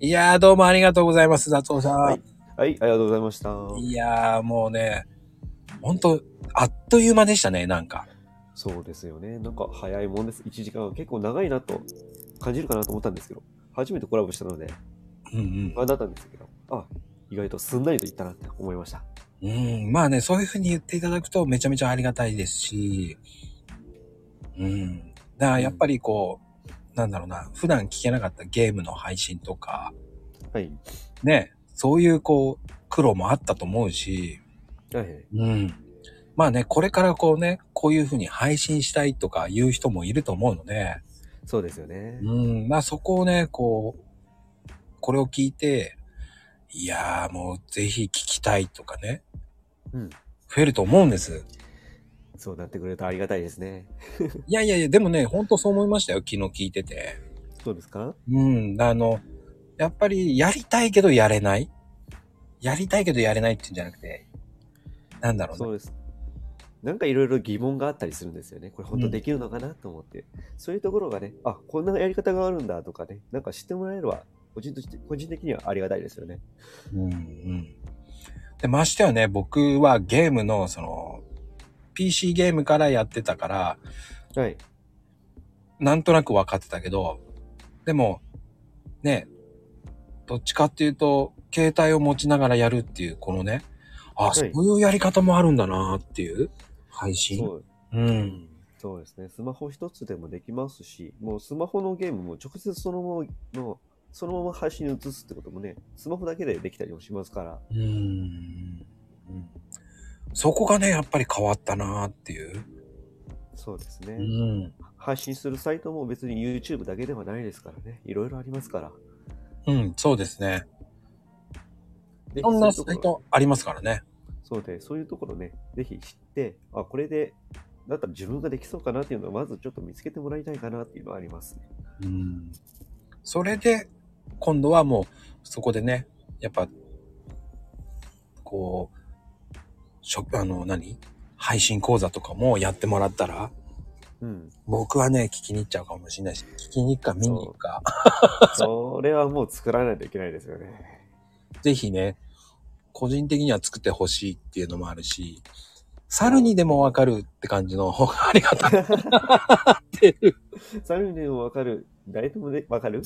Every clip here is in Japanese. いやー、どうもありがとうございます、雑草さん。はいい、はい、ありがとうございました。やー、もうね、ほんと、あっという間でしたね、なんか。そうですよね。なんか早いもんです。1時間は結構長いなと感じるかなと思ったんですけど、初めてコラボしたので、うん不安だったんですけど、あ、意外とすんなりといったなって思いました。うん。うん、まあね、そういうふうに言っていただくとめちゃめちゃありがたいですし、うん。だからやっぱりこう、なんだろうな、普段聞けなかったゲームの配信とか、はい。ね、そういうこう、苦労もあったと思うし、はいはい。うん。まあね、これからこうね、こういうふうに配信したいとかいう人もいると思うので、そうですよね。うん、まあそこをね、こう、これを聞いて、いやーもうぜひ聞きたいとかね、うん。増えると思うんです。そうなってくれるとありがたいですね。いやいやいや、でもね、ほんとそう思いましたよ、昨日聞いてて。そうですかうん、あの、やっぱりやりたいけどやれないやりたいけどやれないっていうんじゃなくて、なんだろうそね。うです。なんかいろいろ疑問があったりするんですよね。これ本う当んできるのかなと思って。そういうところがね、あ、こんなやり方があるんだとかね、なんか知ってもらえれば、個人として個人的にはありがたいですよね。うんうん。で、ましてはね、僕はゲームの、その、PC ゲームからやってたから、はい。なんとなく分かってたけど、でも、ね、どっちかっていうと、携帯を持ちながらやるっていう、このね、あ、はいそういうやり方もあるんだなっていう配信。そうう,、ん。そうですね。スマホ一つでもできますし、もうスマホのゲームも直接そのままの、そのまま配信に移すってこともね、スマホだけでできたりもしますから。うん。うんそこがね、やっぱり変わったなっていう。そうですうね。ん。配信するサイトも別に YouTube だけではないですからね。いろいろありますから。うん、そうですね。でいろんなそサういうイとこトろありますからね。そうで、そういうところね、ぜひ知って、あ、これで、だったら自分ができそうかなっていうのをまずちょっと見つけてもらいたいかなっていうのはありますね。うん。それで、今度はもう、そこでね、やっぱ、こう、職、あの、何配信講座とかもやってもらったら、 うん。僕はね、聞きに行っちゃうかもしれないし、聞きに行くか見に行くか、それはもう作らないといけないですよね。ぜひね、個人的には作ってほしいっていうのもあるし、猿にでもわかるって感じの 方がありがたい。猿にもわかる、誰でもね、わかる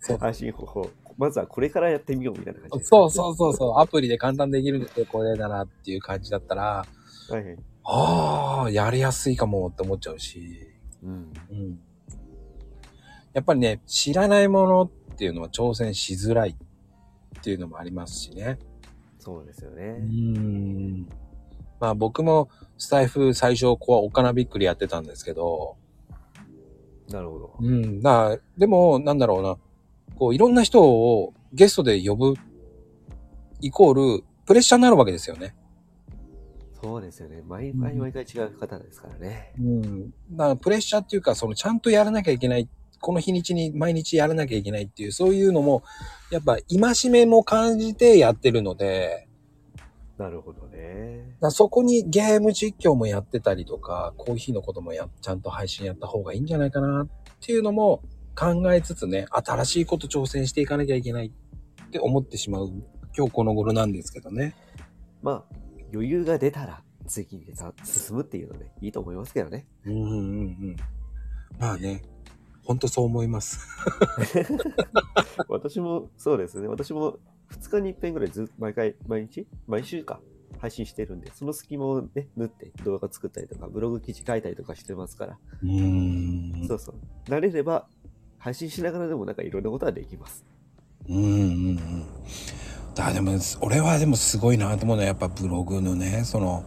そう配信方法。まずはこれからやってみようみたいな感じですね、そうそうそうそう、アプリで簡単できるんで、これだなっていう感じだったら、はいはい。ああ、やりやすいかもって思っちゃうし、うん。うん。やっぱりね、知らないものっていうのは挑戦しづらいっていうのもありますしね。そうですようね。ん。まあ僕もスタイフ最初、こう、お金びっくりやってたんですけど、なるほど。うん。な、でも、なんだろうな、こう、いろんな人をゲストで呼ぶ、イコール、プレッシャーになるわけですよね。そうですよね。毎回うん毎回違う方ですからね。うん。だからプレッシャーっていうか、そのちゃんとやらなきゃいけない、この日にちに毎日やらなきゃいけないっていう、そういうのも、やっぱ戒めも感じてやってるので、なるほどねだ。からそこにゲーム実況もやってたりとか、コーヒーのこともや、ちゃんと配信やった方がいいんじゃないかなっていうのも考えつつね、新しいこと挑戦していかなきゃいけないって思ってしまう、今日この頃なんですけどね。まあ、余裕が出たら、次にさ進むっていうので、いいと思いますけどね。うんうんうん。まあね、ほんとそう思います。私もそうですね。私も2日に1遍ぐらいず毎回、毎日毎週か、配信してるんで、その隙間をね、縫って動画作ったりとか、ブログ記事書いたりとかしてますから、うんそうそう。慣れれば、配信しながらでもなんかいろんなことはできます。うんうんうん。だからでも、俺はでもすごいなと思うのは、やっぱブログのね、その、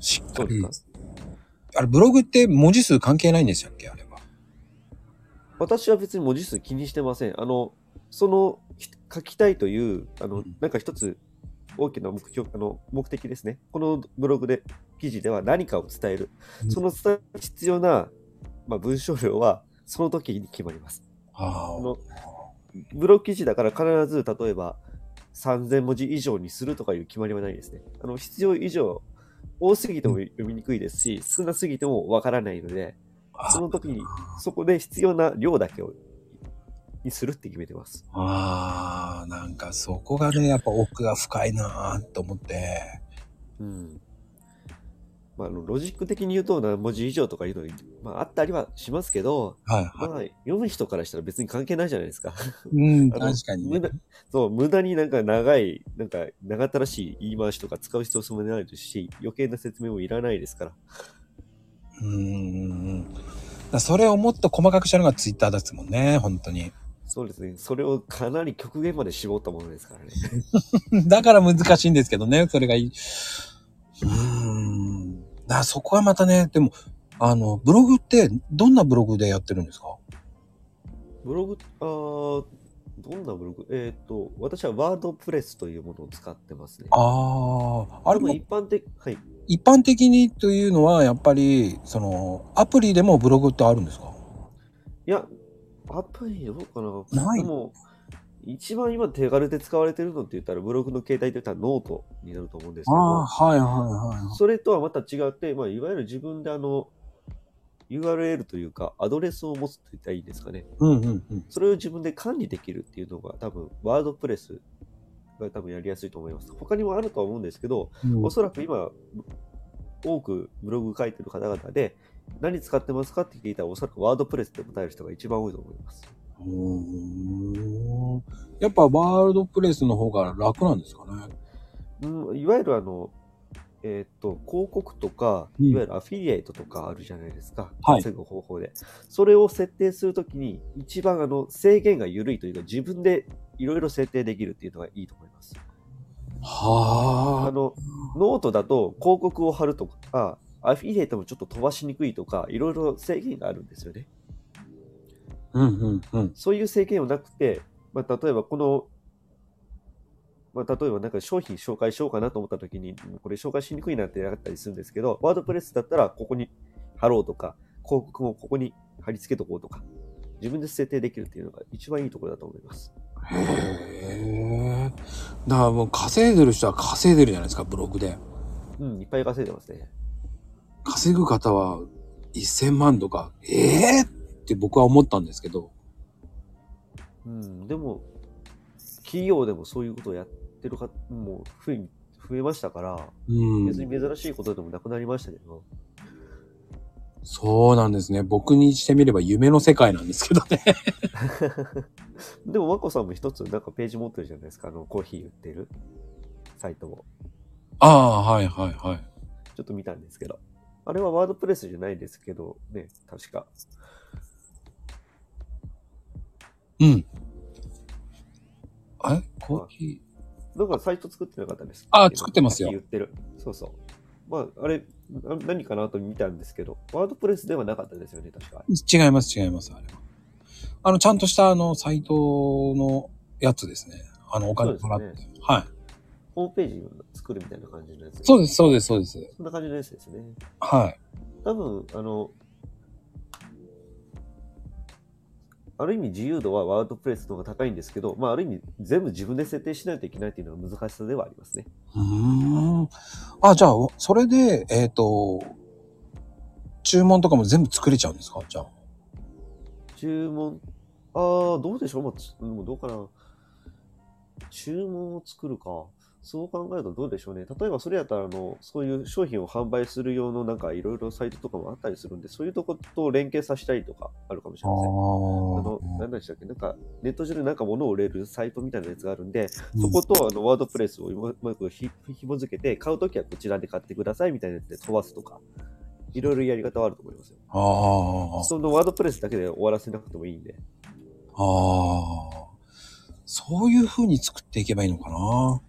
しっかりそうで。あれ、ブログって文字数関係ないんでしたっけあれは。私は別に文字数気にしてません。あの、そのひ書きたいという、あうのん、なんか一つ大きな目標、あの、目的ですね。このブログで、記事では何かを伝えるう。んその伝え必要な、まあ、文章量は、その時に決まります。あああ。のブログ記事だから必ず例えば3000文字以上にするとかいう決まりはないですね。あの必要以上多すぎても読みにくいですし、少なすぎてもわからないので、あその時にそこで必要な量だけをにするって決めてます。ああ、なんかそこがね、やっぱ奥が深いなーと思って。うん。まあ、あのロジック的に言うと何文字以上とかいうのに、まあ、あったりはしますけど、はいはい。まあ、読む人からしたら別に関係ないじゃないですか。うん、あ確のかに無ね。駄そう、無駄になんか長い、なんか長たらしい言い回しとか使う必要性もないですし、余計な説明もいらないですから。うんうんうん。だからそれをもっと細かくしたのがツイッターですもんね、本当に。そうですね。それをかなり極限まで絞ったものですからね。 だから難しいんですけどね、それがいい。うーん。だからそこはまたね、でも、あの、ブログってどんなブログでやってるんですか ブログ、あーどんなブログえっ、と、私はワードプレスというものを使ってますね。ああ、あれでもも一般的、はい。一般的にというのは、やっぱり、その、アプリでもブログってあるんですかいや、アプリどうかな。ないでも、一番今手軽で使われてるのって言ったら、ブログの携帯で言ったらノートになると思うんですけど、あ、はいはいはそれとはまた違って、まあ、いわゆる自分であの、URL というか、アドレスを持つと言ったらいいですかね。い。うんうんうん。それを自分で管理できるっていうのが、多分、ワードプレスが多分やりやすいと思います。他にもあるとは思うんですけど、おそらく今、多くブログ書いてる方々で、何使ってますかって聞いたら、おそらくワードプレスって答える人が一番多いと思います。うーんやっぱワールドプレスの方が楽なんですかね。うん、いわゆるあの、えーっと、広告とか、うんいわゆるアフィリエイトとかあるじゃないですか。はい稼ぐ方法で。それを設定するときに、一番あの、制限が緩いというか、自分でいろいろ設定できるっていうのがいいと思います。あはあ。の、ノートだと広告を貼るとか、アフィリエイトもちょっと飛ばしにくいとか、いろいろ制限があるんですよね。うんうんうん。そういう制限はなくて、まあ、例えばこの、まあ、例えばなんか商品紹介しようかなと思った時に、これ紹介しにくいなってなったりするんですけど、ワードプレスだったらここに貼ろうとか、広告もここに貼り付けとこうとか、自分で設定できるっていうのが一番いいところだと思います。へえ。だからもう稼いでる人は稼いでるじゃないですか、ブログで。うん、いっぱい稼いでますね。稼ぐ方は1000万とか、ええって僕は思ったんですけど。うん、でも、企業でもそういうことをやってる方も増え増えましたから、うん。別に珍しいことでもなくなりましたけど、そうなんですね。僕にしてみれば夢の世界なんですけどね。 でも、和子さんも一つ、なんかページ持ってるじゃないですか。あの、コーヒー売ってるサイトも。ああ、はいはいはい。ちょっと見たんですけど。あれはワードプレスじゃないですけど、ね、確か。うん。あれコーヒー。なんかサイト作ってなかったです。あ作ってますよ言ってる。そうそう。まあ、あれ、な何かなと見たんですけど、ワードプレスではなかったですよね、確か。違います、違います、あれは。あの、ちゃんとした、あの、サイトのやつですね。あの、お金そ払うって。ですね。はい。ホームページを作るみたいな感じのやつ、そうです、そうです、そうです。す。そんな感じのやつですね。はい。多分、あの、ある意味自由度はワードプレスの方が高いんですけど、まあ、ある意味全部自分で設定しないといけないというのは難しさではありますね。うーん。あ、じゃあ、それで、えっ、と、注文とかも全部作れちゃうんですかじゃあ。注文、ああ、どうでしょう、まあつ、でもどうかな。注文を作るか。そう考えるとどうでしょうね。例えばそれやったら、あの、そういう商品を販売する用のなんかいろいろサイトとかもあったりするんで、そういうとこと連携させたりとかあるかもしれません。あの、あ何でしたっけなんか、ネット上でなんか物を売れるサイトみたいなやつがあるんで、そことあのワードプレスをうまくひ紐付けて、買うときはこちらで買ってくださいみたいなやつで飛ばすとか、いろいろやり方はあると思いますよ。あああ。そのワードプレスだけで終わらせなくてもいいんで。ああ。そういう風に作っていけばいいのかな。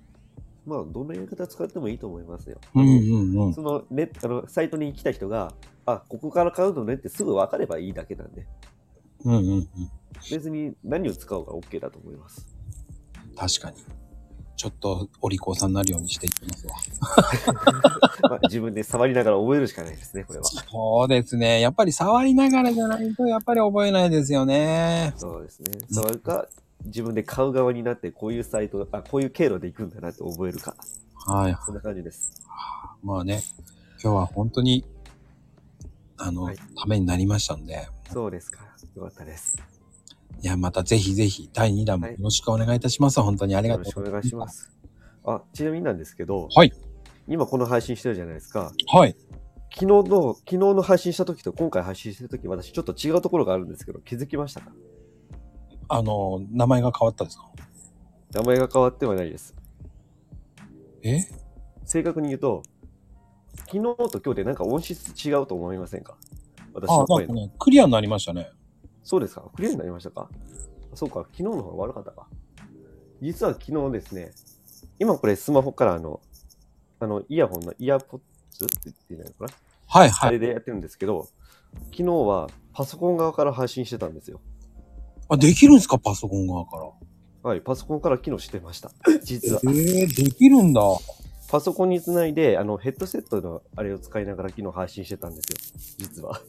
まあ、どんなやり方使ってもいいと思いますよ。うんうんうん。そのね、あの、サイトに来た人が、あ、ここから買うのねってすぐ分かればいいだけなんで、うんうんうん。別に何を使おうが OK だと思います。 確かに。ちょっと、お利口さんになるようにしていきますわ。まあ、自分で触りながら覚えるしかないですね、これは。そうですね。やっぱり触りながらじゃないと、やっぱり覚えないですよね。そうですね。うん触るか、自分で買う側になって、こういうサイト、あ、こういう経路で行くんだなって覚えるか。はい。そんな感じです。まあね、今日は本当に、あの、はいためになりましたんで。そうですか。よかったです。いいや、またぜひぜひ第2弾もよろしくお願いいたします。本当にありがよとうろござしくいおます。願いします。あ、ちなみになんですけど、はい今この配信してるじゃないですか。はい。昨日の、昨日の配信した時と今回配信してる時、私ちょっと違うところがあるんですけど、気づきましたかあの、名前が変わったですか名前が変わってはないです。え正確に言うと、昨日と今日でなんか音質違うと思いませんか私あの、なん声かの。ね、クリアになりましたね。そうですかクリアになりましたかそうか、昨日の方が悪かったか。実は昨日ですね、今これスマホからあの、あの、イヤホンのイヤーポッツって言っていいのかな、はいあはれい。でやってるんですけど、昨日はパソコン側から配信してたんですよ。あ、できるんですかパソコン側から。はい、パソコンから機能してました。実は。ええできるんだ。パソコンにつないで、あの、ヘッドセットのあれを使いながら機能配信してたんですよ。実は。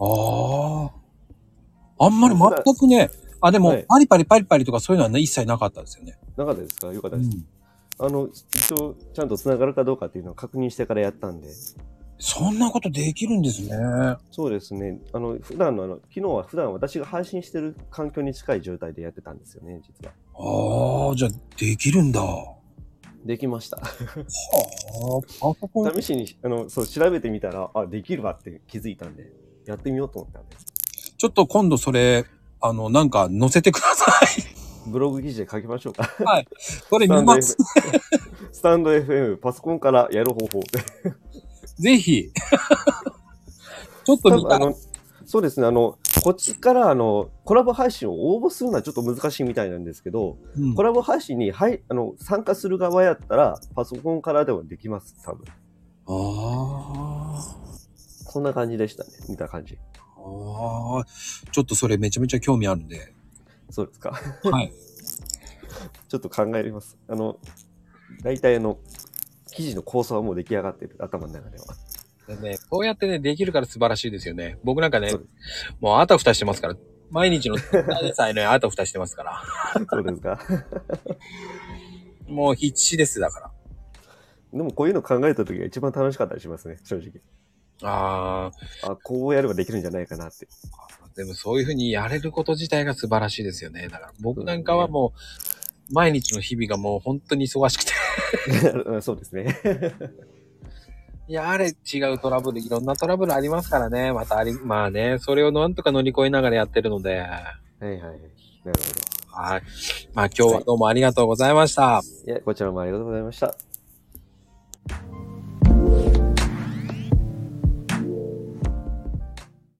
ああ。あんまり全くね、あ、でも、はいパリパリパリパリとかそういうのは、ね、一切なかったですよね。なかったですかよかったうです。ん。あの、一応、ちゃんと繋がるかどうかっていうのを確認してからやったんで。そんなことできるんですね。そうですね。あの、普段の、あの、昨日は普段私が配信してる環境に近い状態でやってたんですよね、実は。ああ、じゃあ、できるんだ。はでき ました。あ、パソコン。試しに、あの、そう、調べてみたら、あ、できるわって気づいたんで、やってみようと思ったんです。ちょっと今度それ、あの、なんか載せてください。 ブログ記事で書きましょうか。これ見スタンドます。 FM。ス タンド FM、パソコンからやる方法。ぜひ。 ちょっと見あたい。の、そうですね、あの、こっちから、あの、コラボ配信を応募するのはちょっと難しいみたいなんですけど、うんコラボ配信に、はい、あの、参加する側やったら、パソコンからではできます、多分。ああ。そんな感じでしたね、見た感じ。ああ、ちょっとそれめちゃめちゃ興味あるんで。そうですか。はい。 ちょっと考えます。あの、大体あの、記事の構想はもう出来上がってる、頭の中では。 でね、こうやってね、できるから素晴らしいですよね。僕なんかねそうで、もうあたふたしてますから。毎日の Twitter でさえね、あたふたしてますから。そうですか。もう必死です、だかでもこういうの考えた時が一番楽しかったりしますね、正直。ら。ああ、あ、こうやればできるんじゃないかなって。 でもそういうふうにやれること自体が素晴らしいですよね。だから僕なんかはもう、毎日の日々がもう本当に忙しくて。 うんそうですね。やれ違うトラブル、いろんなトラブルありますからね。またあり、まあね、それをなんとか乗り越えながらやってるので。はいはいはい。なるほど。はい。まあ今日はどうもありがとうございました。いや、こちらもありがとうございました。